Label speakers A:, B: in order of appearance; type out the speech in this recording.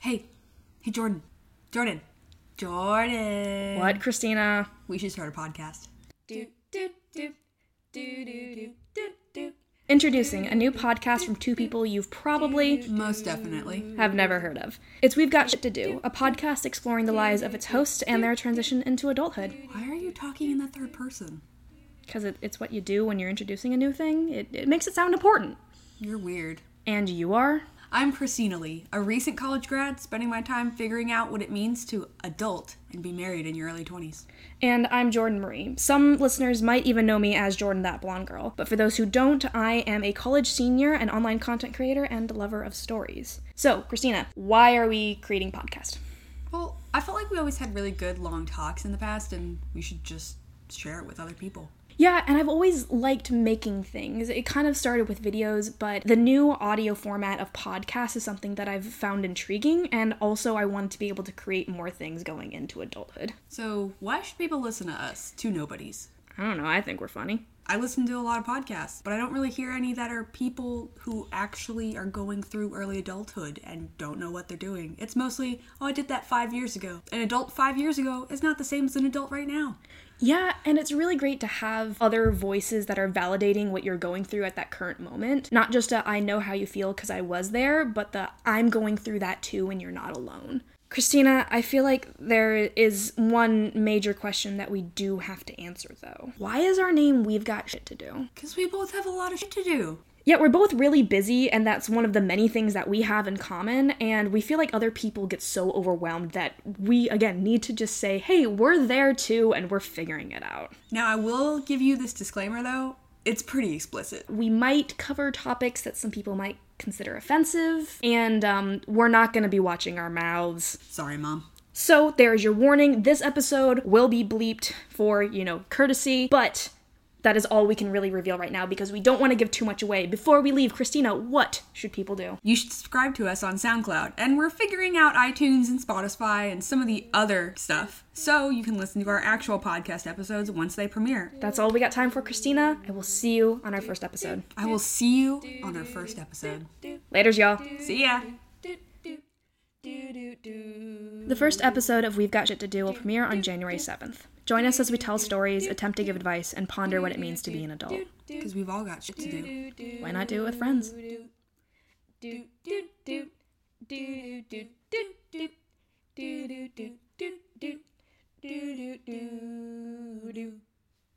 A: Hey, hey, Jordan, Jordan, Jordan.
B: What, Christina?
A: We should start a podcast.
B: Introducing a new podcast from two people you've probably
A: Most definitely.
B: have never heard of. It's We've Got Shit to Do, a podcast exploring the lives of its hosts and their transition into adulthood.
A: Why are you talking in the third person?
B: Because it, it's what you do when you're introducing a new thing, it, it makes it sound important.
A: You're weird.
B: And you are?
A: I'm Christina Lee, a recent college grad spending my time figuring out what it means to adult and be married in your early 20s.
B: And I'm Jordan Marie. Some listeners might even know me as Jordan That Blonde Girl, but for those who don't, I am a college senior, an online content creator, and lover of stories. So, Christina, why are we creating podcast?
A: Well, I felt like we always had really good long talks in the past, and we should just share it with other people.
B: Yeah, and I've always liked making things. It kind of started with videos, but the new audio format of podcasts is something that I've found intriguing, and also I wanted to be able to create more things going into adulthood.
A: So, why should people listen to us, two nobodies?
B: I don't know, I think we're funny.
A: I listen to a lot of podcasts, but I don't really hear any that are people who actually are going through early adulthood and don't know what they're doing. It's mostly, oh, I did that five years ago. An adult five years ago is not the same as an adult right now.
B: Yeah, and it's really great to have other voices that are validating what you're going through at that current moment. Not just a I know how you feel because I was there, but the I'm going through that too and you're not alone. Christina, I feel like there is one major question that we do have to answer though. Why is our name We've Got Shit to Do?
A: Because we both have a lot of shit to do.
B: Yet we're both really busy, and that's one of the many things that we have in common, and we feel like other people get so overwhelmed that we, again, need to just say, hey, we're there too, and we're figuring it out.
A: Now, I will give you this disclaimer though, it's pretty explicit.
B: we might cover topics that some people might consider offensive, and um, we're not going to be watching our mouths.
A: Sorry, Mom.
B: So there's your warning. This episode will be bleeped for, you know, courtesy, but that is all we can really reveal right now because we don't want to give too much away. Before we leave, Christina, what should people do?
A: You should subscribe to us on SoundCloud, and we're figuring out iTunes and Spotify and some of the other stuff, so you can listen to our actual podcast episodes once they premiere.
B: That's all we got time for, Christina. I will see you on our first episode.
A: I will see you on our first episode.
B: Laters, y'all.
A: See ya!
B: The first episode of We've Got Shit to Do will premiere on January 7th. Join us as we tell stories, attempt to give advice, and ponder what it means to be an adult.
A: Because we've all got shit to do.
B: Why not do it with friends?
C: Do do do do do do do do do.